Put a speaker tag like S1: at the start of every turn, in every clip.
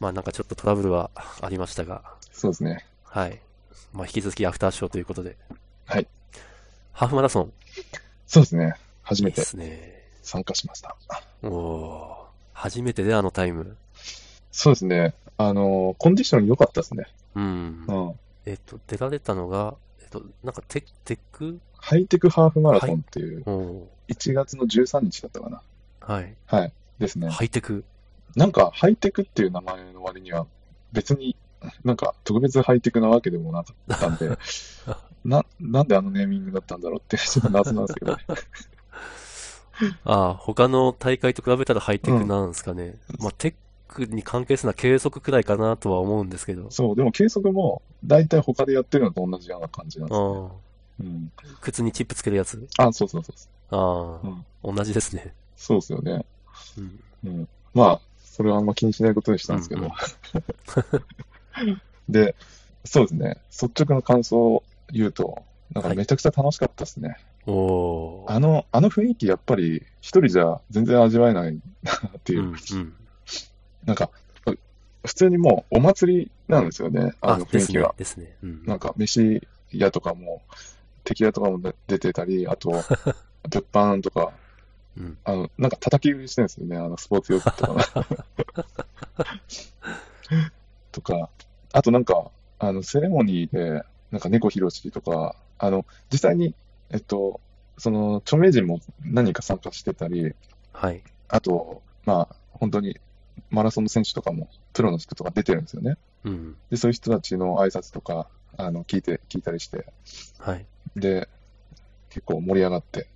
S1: まあなんかちょっとトラブルはありましたが、
S2: そうですね。
S1: はい。まあ引き続きアフターショーということで。
S2: はい。
S1: ハーフマラソン
S2: そうですね。初
S1: で
S2: めて
S1: すね。
S2: 参加しました。
S1: おおー初めてであのタイム。
S2: そうですね。あの、コンディション良かったですね。
S1: うん。
S2: うん。
S1: えっと、出られたのが、えっと、なんかテテック
S2: ハイテクハーフマラソンっていう、
S1: おお
S2: 1月の13日だったかな。
S1: ーはい。
S2: はい。ですね。
S1: ハイテク。
S2: なんか、ハイテクっていう名前の割には、別になんか特別ハイテクなわけでもなかったん で、な、なんであのネーミングだったんだろうって、ちょっと謎なんですけ どね。
S1: ああ、他の大会と比べたらハイテクなんですかね。
S2: うん
S1: まあテックに関係するのは計測くらいかなとは思うんですけど。
S2: そう、でも計測も、大体他でやってるのと同じような感じなんですね。
S1: あ
S2: うん。
S1: あ、靴にチップつけるやつ。
S2: あ、そうそうそうそう。
S1: ああ、同じですね。
S2: そうですよね。
S1: うん。
S2: うん。まあ、それはあんま気にしないことにしたんですけど。
S1: うん
S2: で、そうですね。率直な感想を言うと、なんかめちゃくちゃ楽しかったですね。
S1: おおー
S2: あの、あの雰囲気、やっぱり、一人じゃ全然味わえないなっていうう。
S1: ん、うん。
S2: なんか、普通にもうお祭りなんですよね、あ
S1: あ、
S2: の
S1: で
S2: 雰囲
S1: す
S2: 気
S1: ね
S2: が。、
S1: ですね。うん。
S2: なんか、飯屋とかも、敵屋とかも出出てたり、あと、物販とか、
S1: うん
S2: あの、なんか叩き売りしてるんですよね、あの、スポーツ用品とか。 とか、あとなんか、あの、セレモニーで、なんか猫ひろしとか、あの、実際に、えっと、その、著名人も何人か参加してたり、
S1: はい。
S2: あと、まあ、本当にマラソンの選手とかも、プロの人とか出てるんですよね。
S1: うん。
S2: で、そういう人たちの挨拶とか、あの、聞いて、聞いたりして、
S1: はい。
S2: で、結構盛り上がって、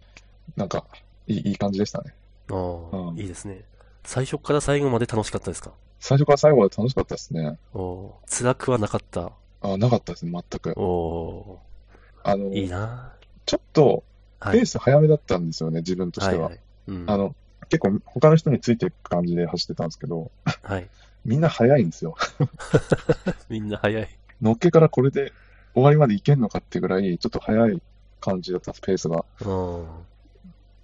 S2: なんか、いいいい感じでしたね。
S1: ああ
S2: う、ん
S1: いいですね。最初から最後まで楽しかったですか
S2: 最初から最後まで楽しかったですね。
S1: おおー辛くはなかった。
S2: あ、なかったですね、全く。
S1: おお
S2: あの、
S1: ーいいな
S2: ちょっと、
S1: は
S2: ペー
S1: い。
S2: ス早めだったんですよね、自分とし
S1: は
S2: て
S1: い、
S2: は
S1: は。い。うん。
S2: あの、結構、他の人についていく感じで走ってたんですけど、
S1: はい。
S2: みんな早いんですよ。
S1: みんな早い。
S2: のっけからこれで終わりまでいけんのかってぐらい、ちょっと早い感じだったんです、ペースが。
S1: うん。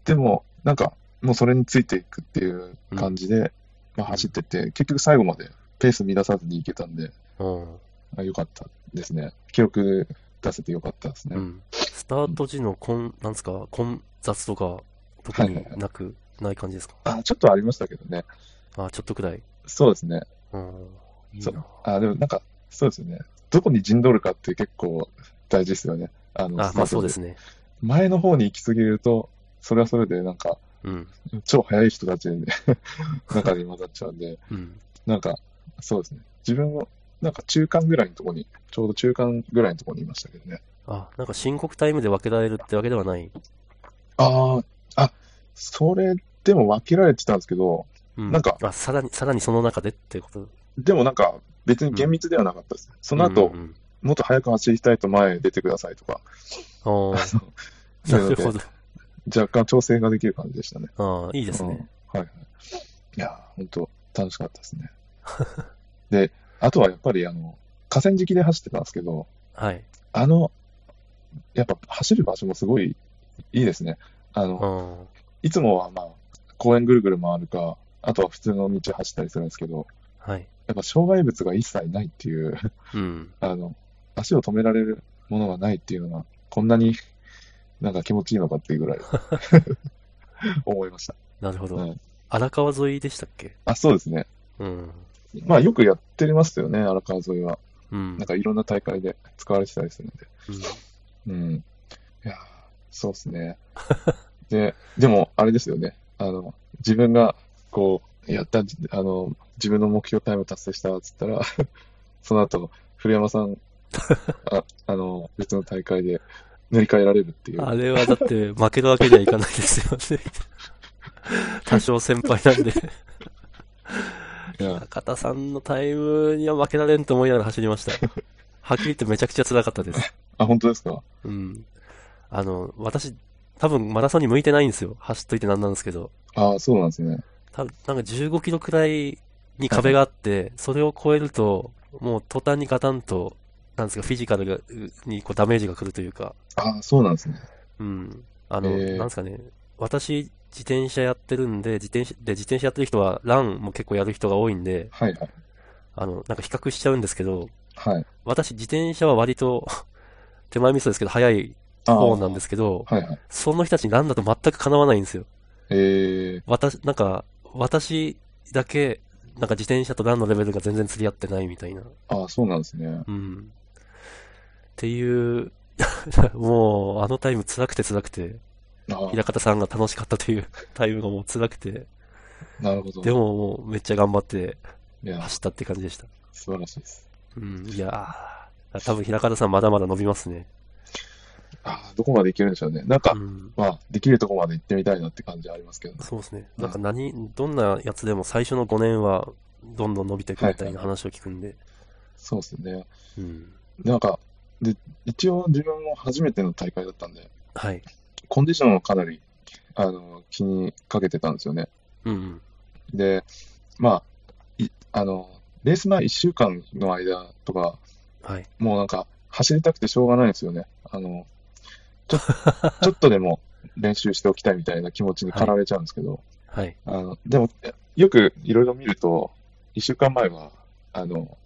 S2: でも、なんか、もうそれについていくっていう感じで、まあ、走ってって、結局最後までペース乱さずに行けたんで、
S1: うん。
S2: あよかったですね。記録出せてよかったですね。
S1: うん。スタート時の混、なんですか、混雑とか、特になく、ない感じですか
S2: あ、ちょっとありましたけどね。
S1: ああ、ちょっとくらい。
S2: そうですね。
S1: うん。いい
S2: そ
S1: な。
S2: あ、でもなんか、そうですよね。どこに陣取るかって結構大事ですよね。あの、
S1: あ
S2: ス、タ
S1: まあ
S2: ー
S1: そうで
S2: トです
S1: ね。
S2: 前の方に行き過ぎると、それはそれでなんか、
S1: うん。
S2: 超速い人たちに 中に混ざっちゃうんで、
S1: うん。
S2: なんか、そうですね。自分も、なんか中間ぐらいのとこに、ちょうど中間ぐらいのとこにいましたけどね。
S1: あ、なんか申告タイムで分けられるってわけではない。
S2: ああ、あ、それでも分けられてたんですけど、
S1: うん。
S2: なんか
S1: あ、さらに、さらにその中でってこと。
S2: でもなんか、別に厳密ではなかったです。そ
S1: そ
S2: の後
S1: うん、うん
S2: もっと早く走りたいと前へ出てくださいとか、
S1: うん。ああ、
S2: そういう
S1: な
S2: の
S1: る
S2: で
S1: ほど。
S2: 若干調整ができる感じでしたね。
S1: ああ、いいですね。
S2: うん。はいはい。いやー、本当楽しかったです ね。で、あとはやっぱり、あの、河川敷で走ってたんですけど、
S1: はい。
S2: あの、やっぱ走る場所もすごいいいですね。あの、
S1: うん。
S2: いつもはまあ、公園ぐるぐる回るか、あとは普通の道走ったりするんですけど、
S1: はい。
S2: やっぱ障害物が一切ないっていう、
S1: うん。
S2: あの、足を止められるものがないっていうのが、こんなになんか気持ちいいのかっていうぐらい、思いました。
S1: なるほ
S2: う
S1: ど。
S2: ん
S1: 荒川沿いでしたっけ
S2: あ、そうですね。
S1: うん。
S2: まあ、よくやってますよね、荒川沿いは。
S1: うん
S2: なん。かいろんな大会で使われてたりするので。
S1: うん
S2: うん。いやーそうですね。 で、でも、あれですよね。あの、自分が、こう、やった、あの、自分の目標タイム達成した、っつったら、 その後、古山 さん、あ、あの、別の大会で塗り替えられるっていう。
S1: あれはだって負けるわけにはいかないですよ ね。多少先輩なんで。
S2: いや
S1: 中田さんのタイムには負けられんと思いながら走りました。はっきり言ってめちゃくちゃ辛かった です。
S2: あ、本当ですか
S1: うん。あの、私、多分マラソンに向いてないんですよ。走っといてなんなんですけど。
S2: ああ、そうなんですね。
S1: たなんか15キロくらいに壁があって、それを超えると、もう途端にガタンと、なんですか、フィジカルがにこうダメージが来るというか、
S2: ああ、そうなんですね。
S1: うん。あの、
S2: えー
S1: なんですかね、私、自転車やってるんで、自転車、で、自転車やってる人は、ランも結構やる人が多いんで、
S2: はいはい。
S1: あの、なんか比較しちゃうんですけど、
S2: はい。
S1: 私自転車は割と 手前味噌ですけど、速い
S2: ああ、
S1: 方なんですけど、
S2: はいはい。
S1: その人たちになんだと全くかなわないんですよ。
S2: ええ
S1: 私、なんか、私だけ、なんか自転車とランのレベルが全然釣り合ってないみたいな。
S2: ああ、そうなんですね。
S1: うん。っていう、 もう、あのタイム辛くて辛くて、
S2: あ
S1: 平方さんが楽しかったという タイムがもう辛くて、
S2: あ、なるほど。
S1: でももうめっちゃ頑張って
S2: いや、
S1: 走ったって感じでした。
S2: 素晴らしいです。
S1: うん、いやー、多分平方さんまだまだ伸びますね。
S2: ああ、どこまでいけるんでしょうね。なんか、
S1: うん。
S2: まあ、できるとこまで行ってみたいなって感じはありますけどね。
S1: そうですね。なんか何、どんなやつでも最初の5年はどんどん伸びていくみたいな話を聞くんで。
S2: そうですね。
S1: うん。
S2: なんか、で、一応自分も初めての大会だったんで、
S1: はい。
S2: コンディションをかなり、あの、気にかけてたんですよね。
S1: うんうん。
S2: で、まあ、い、あの、レース前1週間の間とか、
S1: はい。
S2: もうなんか、走りたくてしょうがないんですよね。あの、ちょ、 ちょっとでも練習しておきたいみたいな気持ちに駆られちゃうんですけど、
S1: はい。
S2: あの、でも、よくいろいろ見ると、1週間前は、あの、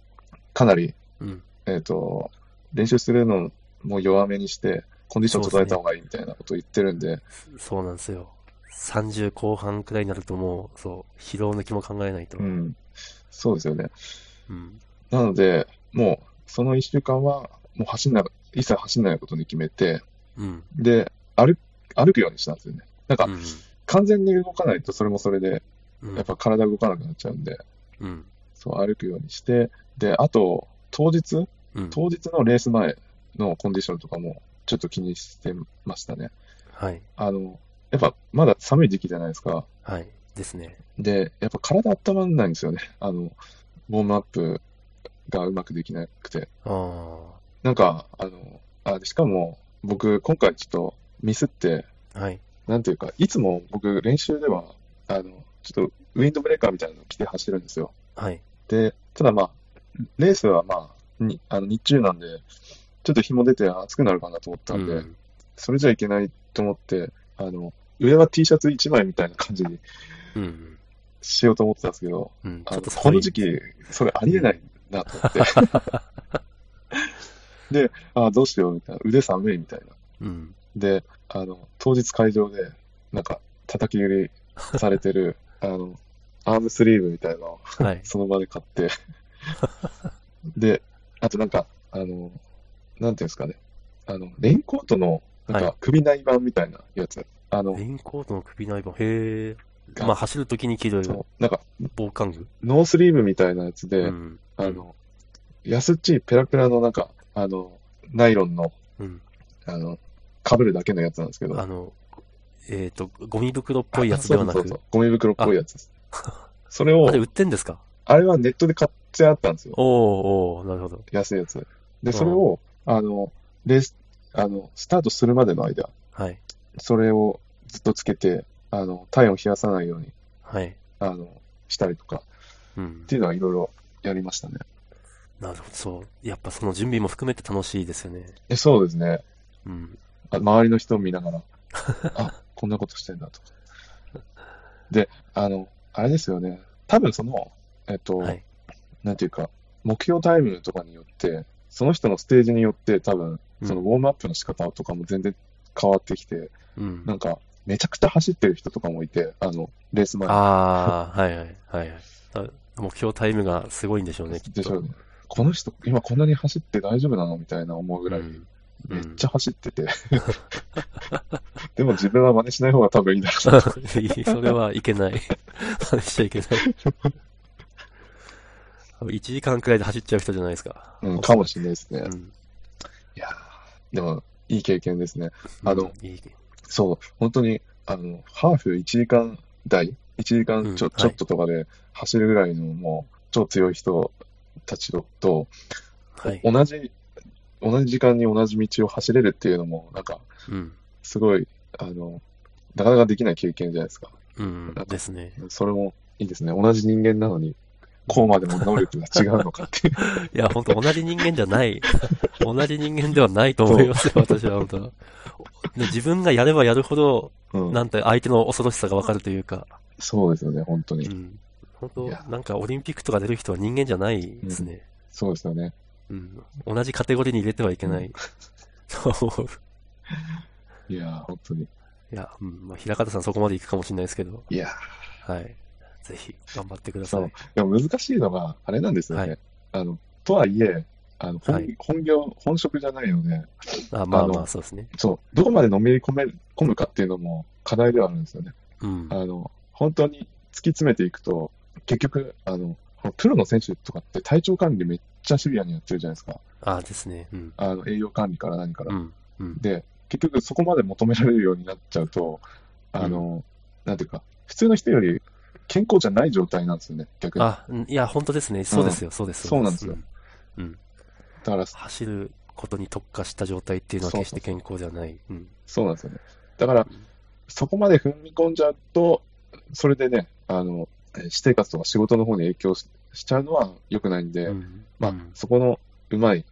S2: かなり、
S1: うん。
S2: えっと、練習するのも弱めにして、コンディション整えた方がいいみたいなことを言ってるんで、
S1: そうなんですよ。30後半くらいになるともう、そう、疲労抜きも考えないと。
S2: うん、そうですよね。
S1: うん。
S2: なので、もう、その1週間は、もう走んな、一切走んないことに決めて、
S1: うん。
S2: で、歩、歩くようにしたんですよね。なんか
S1: う、ん。
S2: 完全に動かないと、それもそれで、
S1: うん。
S2: やっぱ体動かなくなっちゃうんで、
S1: うん。
S2: そう、歩くようにして、で、あと、当日、
S1: うん。
S2: 当日のレース前のコンディションとかも、ちょっと気にしてましたね。
S1: はい。
S2: あの、やっぱ、まだ寒い時期じゃないですか。
S1: はい。ですね。
S2: で、やっぱ体温まらないんですよね。あの、ウォームアップがうまくできなくて。
S1: ああ。
S2: なんか、あの、あ、しかも、僕、今回ちょっとミスって、
S1: はい。
S2: なんていうか、いつも僕、練習では、あの、ちょっとウィンドブレーカーみたいなの着て走るんですよ。
S1: はい。
S2: で、ただまあ、レースはまあ、に、あの日中なんで、ちょっと日も出て暑くなるかなと思ったんで、
S1: うん。
S2: それじゃいけないと思って、あの、上は T シャツ1枚みたいな感じに
S1: うん。
S2: しようと思ってたんですけど、
S1: うん。
S2: あ
S1: ちょっ
S2: の、
S1: と
S2: この時期、それありえないなと 思って。で、あどうしようみたいな。腕寒いみたいな。
S1: うん。
S2: で、あの、当日会場で、なんか、叩き売りされてる、あの、アームスリーブみたいなのを
S1: はい。
S2: その場で買って。で、あとなんか、あの、なんていうんですかね。あの、レインコートの、なん
S1: はい
S2: か、首内板みたいなやつ。あの
S1: レ、インコートの首のアイボン。へえ。
S2: あ
S1: まあ、走るときに着る
S2: そうなんか、
S1: 防寒具。
S2: ノースリーブみたいなやつ
S1: う
S2: で、
S1: ん。
S2: あの、安っちいペラペラのなんか、あの、ナイロンの、
S1: うん。
S2: あの、被るだけのやつなんですけど、
S1: あ
S2: あ
S1: の、えっと、ゴミ袋っぽいやつではな
S2: そうそうそう
S1: く。
S2: そう、ゴミ袋っぽいやつです。それを
S1: あれ、売ってんですか
S2: あれはネットで買ってあったんですよ。
S1: おー、おー、なるほど。
S2: 安いやつ。
S1: ん
S2: で、それを、あの、レース、あの、スタートするまでの間、
S1: はい。
S2: それをずっとつけて、あの、体温冷やさないように、
S1: はい。
S2: あの、したりとか、
S1: うん
S2: っ。ていうのはいろいろやりましたね。
S1: なるほど、そう。やっぱその準備も含めて楽しいですよね。
S2: え、そうですね。
S1: うん。
S2: あ周りの人を見なが ら、あ、こんなことしてんだとか。で、あの、あれですよね。多分その、えっと、
S1: はい。
S2: なんていうか、目標タイムとかによって、その人のステージによって、多分、
S1: うん
S2: そのウォームアップの仕方とかも全然変わってきて、
S1: うん。
S2: なんか、めちゃくちゃ走ってる人とかもいて、あの、レース前
S1: ああ、はいはい、はいはい。あ目標タイムがすごいんでしょうね、きっと。
S2: でしょうね。この人、今こんなに走って大丈夫なのみたいな思うぐらい、
S1: うん
S2: めっちゃ走って て。でも自分は真似しない方が多分いいだろうな。
S1: それはいけない。真似しちゃいけない。1時間くらいで走っちゃう人じゃないですか。
S2: うん、かもしれないですね。
S1: うん
S2: いやーでも、いい経験ですね。あの、
S1: うんいい
S2: そう、本当に、あの、ハーフ1時間台、1時間ちょ、
S1: うん
S2: ちょっととかで走るぐらいの、もう、超強い人たちと、
S1: はい。
S2: 同じ、同じ時間に同じ道を走れるっていうのも、なんか、
S1: うん。
S2: すごい、あの、なかなかできない経験じゃないですか。
S1: うん。ですね。
S2: それもいいですね。同じ人間なのに、こうまでも能力が違うのかっ ていう。
S1: いや、本当同じ人間じゃない。同じ人間ではないと思いますよ、私は本当。で自分がやればやるほど、
S2: うん
S1: なんて相手の恐ろしさがわかるというか、
S2: そうですよね、本当
S1: う
S2: に。
S1: ん。本当
S2: いや
S1: なんかオリンピックとか出る人は人間じゃないですね。
S2: そうですよね。
S1: うん。同じカテゴリーに入れてはいけない。そう思う。
S2: いやー、本当に。
S1: いや、うん。まあ、平方さんそこまで行くかもしれないですけど、
S2: いや
S1: はい。ぜひ、頑張ってくだ
S2: ー、
S1: さ
S2: そ
S1: い。
S2: う。でも難しいのが、あれなんですよね。
S1: は
S2: あの、とはいえ、あの、本、
S1: はい
S2: 本業、本職じゃないので、
S1: あまあ
S2: あの
S1: まあ、そうですね。
S2: そう、どこまでのめり込め、込むかっていうのも課題ではあるんですよね。
S1: うん。
S2: あの、本当に突き詰めていくと、結局、あの、プロの選手とかって体調管理めっちゃシビアにやってるじゃないですか。
S1: あですね。うん。
S2: あの、栄養管理から何から
S1: う。ん。うん。
S2: で、結局そこまで求められるようになっちゃうと、あの、なんていうか、普通の人より健康じゃない状態なんですよね、逆に。
S1: あ、うんいや、本当ですね。そうですよ、そうです。
S2: そうなんですよ
S1: うん。うん。
S2: だから、
S1: 走ることに特化した状態っていうのは決して健康ではない。うん。
S2: そうなんですよね。だから、そこまで踏み込んじゃうと、それでね、あの、私生活とか仕事の方に影響ししちゃうのは良くないんで、
S1: うん
S2: まあ、
S1: うん
S2: そこのうまい、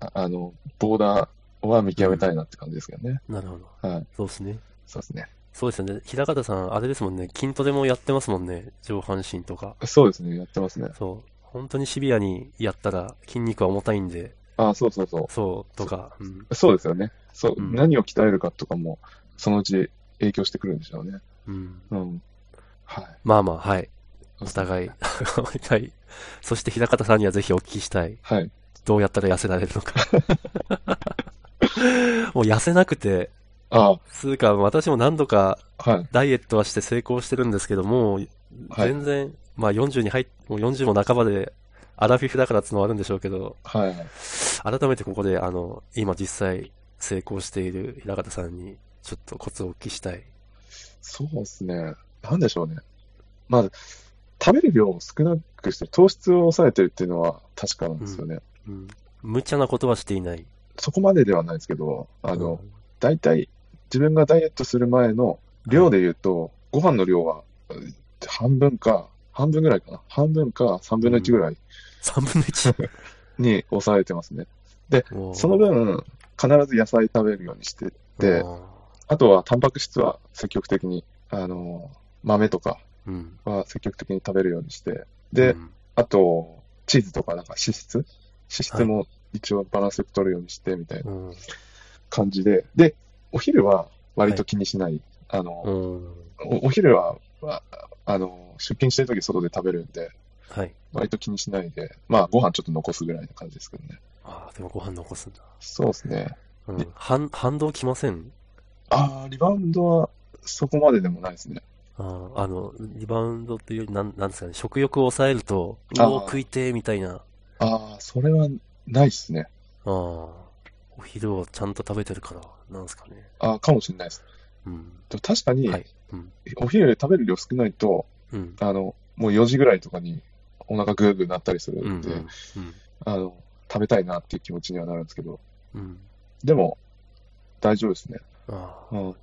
S2: ああの、ボーダーは見極めたいなって感じですけどね。
S1: なるほど。
S2: はい。
S1: そうですね。
S2: そうですね。
S1: そうですよね。平方さん、あれですもんね。筋トレもやってますもんね。上半身とか。
S2: そうですね。やってますね。
S1: そう。本当にシビアにやったら筋肉は重たいんで、
S2: あそうそうそ
S1: そう、とか。うん。
S2: う。そうですよね。そう、
S1: うん
S2: 何を鍛えるかとかも、そのうち影響してくるんでしょうね。
S1: うん。
S2: うん。はい。
S1: まあまあ、はい。お
S2: い。
S1: 互い。 はい。そして平方さんにはぜひお聞きしたい。
S2: はい。
S1: どうやったら痩せられるの か。もう痩せなくて、
S2: あ
S1: つうか私も何度か
S2: はい。
S1: ダイエットはして成功してるんですけど、もう
S2: はい
S1: 全然、まあ40に入っ、もう40も半ばで、アラフィフだからってのはあるんでしょうけど、
S2: はい。
S1: 改めてここで、あの、今実際成功している平方さんに、ちょっとコツをお聞きしたい。
S2: そうですね。なんでしょうね。まあ、食べる量を少なくして、糖質を抑えてるっていうのは確かなんですよね。
S1: うん。無茶なことはしていない。
S2: そこまでではないですけど、あの、
S1: うん、
S2: 大体自分がダイエットする前の量で言うと、ご飯の量はうん半分か、半分ぐらいかな、半分か3分の1ぐらい
S1: 3分の1。
S2: に抑えてますね。
S1: もう
S2: その、分、必ず野菜食べるようにしてて、あとはタンパク質は積極的に、あの豆とか
S1: うん。
S2: は積極的に食べるようにして、で、
S1: うん
S2: あと、チーズとかなんか脂質、脂質も一応バランスよく取るようにしてみたいな
S1: うん。
S2: 感じで、で、お昼は割と気にしない、あの、
S1: うん。
S2: おお昼は、まあ、あの、出勤してるとき外で食べるんで、
S1: はい。
S2: 割と気にしないで、まあ、ご飯ちょっと残すぐらいな感じですけどね。
S1: ああ、でもご飯残すんだ。
S2: そうですね。
S1: うん。反、反動きません
S2: ああ、リバウンドはそこまででもないですね。
S1: ああ、あの、リバウンドというより、なん、なんですかね、食欲を抑えると、う
S2: あー
S1: お食いてーみたいな。
S2: ああ、それはないですね。
S1: ああ、お昼をちゃんと食べてるから、なんですかね。
S2: ああ、かもしれないです。
S1: うん。
S2: でも確かに、
S1: はい。うん。
S2: お昼食べる量少ないと、
S1: うん。
S2: あの、もう4時ぐらいとかにお腹グーグーなったりする
S1: うん。うんん
S2: で、。あの、食べたいなっていう気持ちにはなるんですけど、
S1: うんうん。
S2: でも、大丈夫ですね。
S1: あ
S2: うん。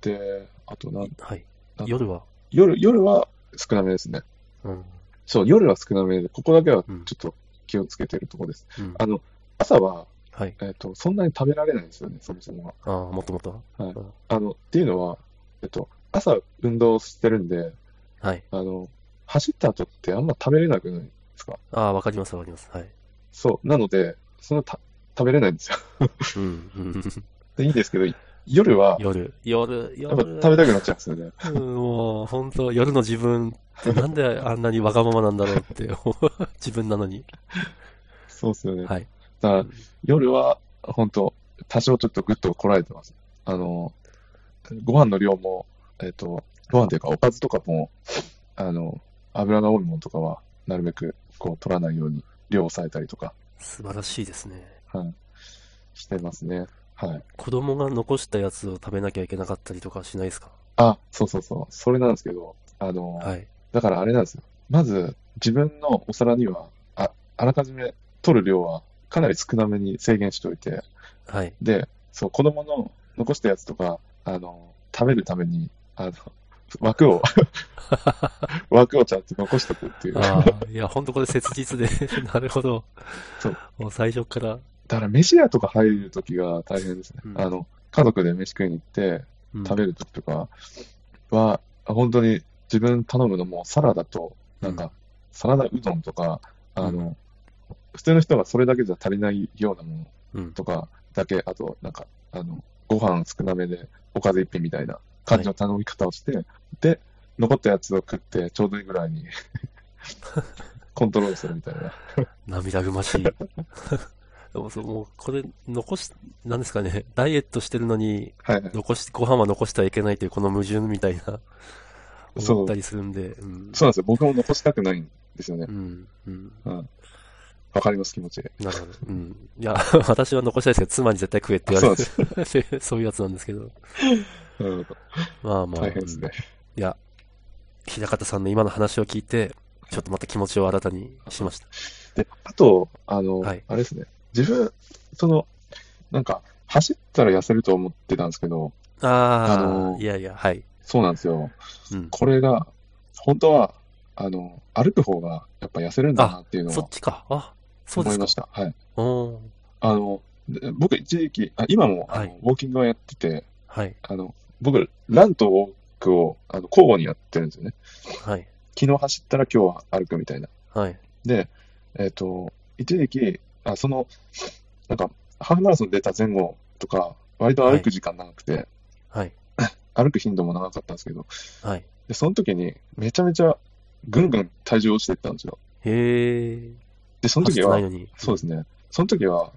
S2: で、あとなん、
S1: あ、はい
S2: な。
S1: 夜は、
S2: 夜、夜は少なめですね。
S1: うん。
S2: そう、夜は少なめで、ここだけは
S1: うん
S2: ちょっと気をつけてるところです。
S1: うん。
S2: あの、朝は、
S1: はい。
S2: えっと、そんなに食べられないんですよね、そもそもは。
S1: ああ、もっともっと。
S2: あの、っていうのは、えっと、朝運動してるんで、
S1: はい。
S2: あの、走った後ってあんま食べれなくないですか。
S1: ああ、わかります、わかります。はい。
S2: そう、なので、そのた食べれないんですよ。
S1: うん。うん。
S2: で、いいんですけど、夜は、
S1: 夜、夜、
S2: やっぱ
S1: 夜。
S2: 食べたくなっちゃうんですよね。
S1: うん、もう、本当夜の自分ってなんであんなにわがままなんだろうって 思う、自分なのに。
S2: そうですよね。
S1: はい。
S2: だから
S1: うん、
S2: 夜は、本当多少ちょっとぐっとこらえてます。あの、ご飯の量も、えっと、ご飯というか、おかずとかも、あの、油が多いものとかは、なるべく、こう、取らないように、量を抑えたりとか、
S1: 素晴らしいですね。
S2: はい、してますね。はい。
S1: 子供が残したやつを食べなきゃいけなかったりとかしないですか
S2: あ、そうそうそう。それなんですけど、あの、
S1: はい。
S2: だからあれなんですよ。まず、自分のお皿には、あ、あらかじめ取る量は、かなり少なめに制限しておいて、
S1: はい。
S2: で、そう、子供の残したやつとか、あの、食べるために、あの、枠を、枠をちゃんと残しとくっていう。
S1: ああ、いや、ほんとこれ切実で、 なるほど。
S2: そう
S1: もう最初から。
S2: だから、飯屋とか入るときが大変ですね。
S1: うん
S2: あの、家族で飯食いに行って、
S1: うん
S2: 食べるときとかは、本当に自分頼むのもサラダとなんか、サラダうどんとか、あの、普通の人がそれだけじゃ足りないようなも
S1: うん
S2: の。とかだけ、あと、なんか、あの、ご飯少なめでおかず一品みたいな感じの頼み方をして、で、残ったやつを食ってちょうどいいぐら いにコントロールするみたいな。
S1: 涙ぐましい。 でもそう、もう、これ、残し、なんですかね、ダイエットしてるのに、
S2: はいはい。
S1: 残し、ご飯は残してはいけないという、この矛盾みたいな、
S2: そう
S1: 思ったりするんで、うん。
S2: そうなんですよ。僕も残したくないんですよね
S1: う。ん、うん。
S2: わかります、気持ち。
S1: なるほど。うん。いや、 私は残したいですけど、妻に絶対食えって言われてる、 そういうやつなんですけど。
S2: うん、
S1: まあまあ、
S2: 大変ですね。
S1: うんいや、平方さんの今の話を聞いて、ちょっとまた気持ちを新たにしました。
S2: で、あと、あの、
S1: はい
S2: あれですね。自分、その、なんか、走ったら痩せると思ってたんですけど、
S1: ああ、
S2: あのー
S1: いやいや、はい。
S2: そうなんですよ。
S1: うん。
S2: これが、本当は、あの、歩く方がやっぱ痩せるんだなっていうの
S1: そっ
S2: は
S1: ちか。あ、そうで
S2: 思い
S1: すか
S2: ま。した。はい。
S1: おー
S2: あの、で僕一時期、あ、今も、あ
S1: はい
S2: の、ウォーキングをやってて、
S1: はい、
S2: あの、僕、ランとウォークを、あの、交互にやってるんですよね。
S1: はい、
S2: 昨日走ったら今日は歩くみたいな。
S1: はい。
S2: で、えっと、一時期、あ、その、なんか、ハーフマラソン出た前後とか、割と歩く時間長くて、
S1: はい、
S2: 歩く頻度も長かったんですけど、
S1: はい。
S2: で、その時に、めちゃめちゃ、ぐんぐん体重落ちていったんですよ。
S1: へえ。
S2: で、その時
S1: 走ってない
S2: は、
S1: のに。
S2: そうですね、その時は、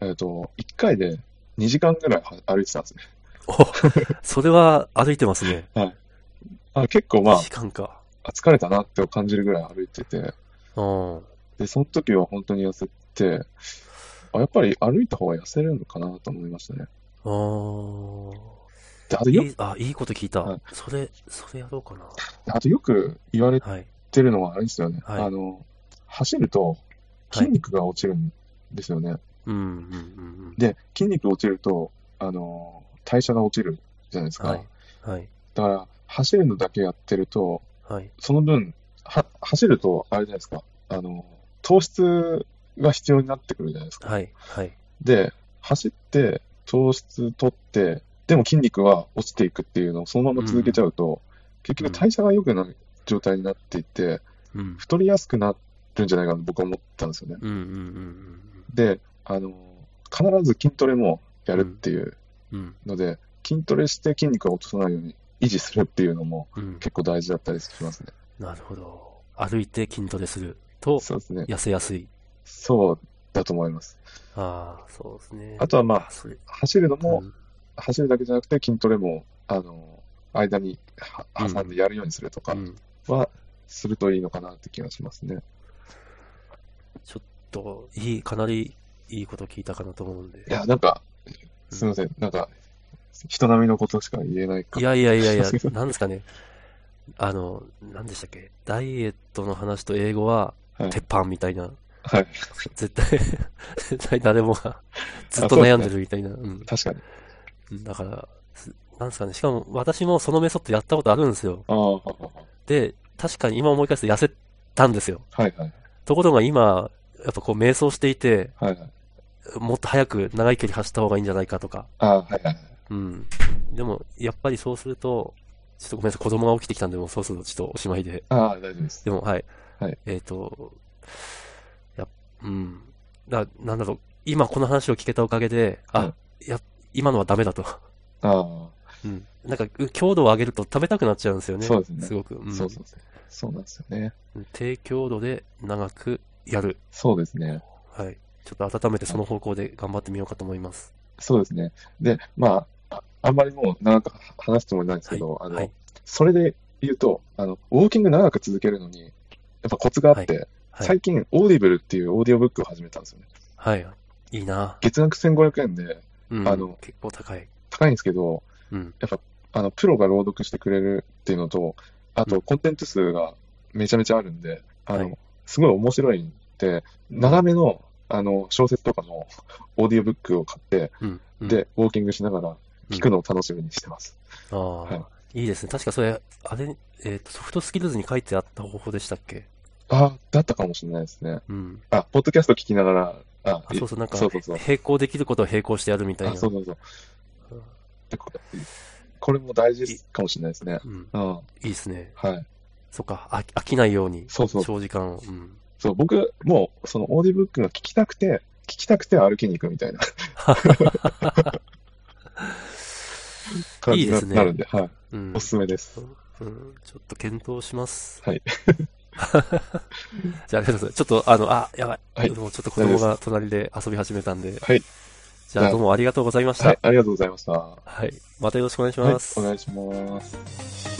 S2: えっと、1回で2時間ぐらいは歩いてたんですね。
S1: おそれは歩いてますね。
S2: あ、結構まあ
S1: 時間か。
S2: あ、疲れたなって感じるぐらい歩いてて、
S1: うん。
S2: で、その時は本当に痩せて、あ、やっぱり歩いた方が痩せるのかなと思いましたね。
S1: あー
S2: で、あと
S1: い
S2: よ
S1: い、あ、いいこと聞いた
S2: はい。
S1: それ、それやろうかな。
S2: あとよく言われ
S1: はい。
S2: ってるのはあれですよね。
S1: はい
S2: あの、走ると筋肉が落ちるんですよね。
S1: うん、うん、うん
S2: で、筋肉落ちると、あの、代謝が落ちるじゃないです
S1: うん。はい。、
S2: か
S1: はい、
S2: だから、走るのだけやってると、
S1: はい。
S2: その分、は、走ると、あれじゃないですか。あの、糖質が必要になってくるじゃないですか。
S1: はい、はい。
S2: で、走って、糖質取って、でも筋肉は落ちていくっていうのをそのまま続けちゃうと、結局代謝が良くない状態になっていって、
S1: うん、
S2: 太りやすくなるんじゃないかなと僕は思ったんですよね。
S1: うん、うん、うん、
S2: で、あの、必ず筋トレもやるっていう
S1: うんうん、
S2: ので、筋トレして筋肉が落とさないように維持するっていうのも
S1: うん。
S2: 結構大事だったりしますね。
S1: なるほど。歩いて筋トレすると、
S2: そうですね。
S1: 痩せやすい。
S2: そうだと思います。
S1: ああ、そうですね。
S2: あとはまあ、
S1: それ、
S2: 走るのも
S1: う、ん
S2: 走るだけじゃなくて筋トレも、あの、間には挟んでやるようにするとか
S1: うん
S2: は、するといいのかなって気がしますね。
S1: ちょっと、いい、かなりいいこと聞いたかなと思うんで。
S2: いや、なんか、すみません。なんか、人並みのことしか言えないか
S1: いやいやいやいや、なんですかね。あの、なんでしたっけ。ダイエットの話と英語は
S2: はい、
S1: 鉄板みたいな。
S2: はい。
S1: 絶対、絶対誰もがずっと悩んでるみたいな。うん
S2: 確かに。
S1: うん。だから、すなんですかね。しかも私もそのメソッドやったことあるんですよ。
S2: ああ、は
S1: で、確かに今思い返すと痩せたんですよ。
S2: いはい。
S1: ところが今、やっぱこう迷走していて、
S2: はいはい。
S1: もっと早く長い距離走った方がいいんじゃないかとか。
S2: ああ、はいはい。
S1: うん。でも、やっぱりそうすると、ちょっとごめんなさい、子供が起きてきたんで、もうそうするとちょっとおしまいで。
S2: ああ、大丈夫です。
S1: でも、はい。
S2: はい
S1: えっ、と、や、うん。だ、なんだろう、今この話を聞けたおかげで、あ、、
S2: はい
S1: や、今のはダメだと。
S2: あ
S1: うん。なんか、う強度を上げると食べたくなっちゃうんですよ
S2: あ、
S1: ね。
S2: そうですね。
S1: ごく。うん。
S2: そうそうそう。そうなんですよね。
S1: 低強度で長くやる。
S2: そうですね。
S1: はい。ちょっと改めてその方向で頑張ってみようかと思います。
S2: そうですね。で、まあ、ああんまりもう長く話すつもりないんですけど、あの、
S1: はい。
S2: それで言うと、あの、ウォーキング長く続けるのに、やっぱコツがあって、
S1: はい。
S2: 最近、オーディブルっていうオーディオブックを始めたんですよね。
S1: はい。いいな。
S2: 月額1500円で、
S1: うん。
S2: あの
S1: 結構高い。
S2: 高いんですけど、
S1: うん。
S2: あの、プロが朗読してくれるっていうのと、あ
S1: う
S2: と、
S1: ん
S2: コンテンツ数がめちゃめちゃあるんで、あの、
S1: はい
S2: すごい面白いんで、長めの、あの、小説とかのオーディオブックを買って、
S1: うん。うん、
S2: で、ウォーキングしながら聞くのを楽しみにしてます。
S1: ああ、、
S2: はい
S1: いですね。確かそれ、あれ、えっ、と、ソフトスキルズに書いてあった方法でしたっけ
S2: ああ、だったかもしれないですね。
S1: うん。
S2: あ、ポッドキャスト聞きながら、あ、
S1: あ、そうそう、なんか、
S2: そうそうそう。
S1: 並行できることを並行してやるみたいな。
S2: あ、そうそうそう。
S1: うん
S2: でここれも大事かもしれないですね。
S1: うん。
S2: うん。はい
S1: いですね。
S2: い。
S1: そっか、飽き飽きないように、
S2: そうそう。
S1: 長時間。うん。
S2: そう、僕、もう、そのオーディブックが聞きたくて、聞きたくて歩きに行くみたいな感じに
S1: いいで
S2: な
S1: すね
S2: なるんで、はい。
S1: うん
S2: おすすめです。
S1: うん、ちょっと検討します。
S2: はい。
S1: じゃあ、ありがとうございます。ちょっと、あの、あ、やばい。
S2: はい
S1: もうちょっと子供が隣で遊び始めたんで。
S2: はい。
S1: じゃあ、どうもありがとうございました。
S2: はい、ありがとうございました。は
S1: はい。またよろしくお願いし
S2: い、
S1: ます。
S2: お願いします。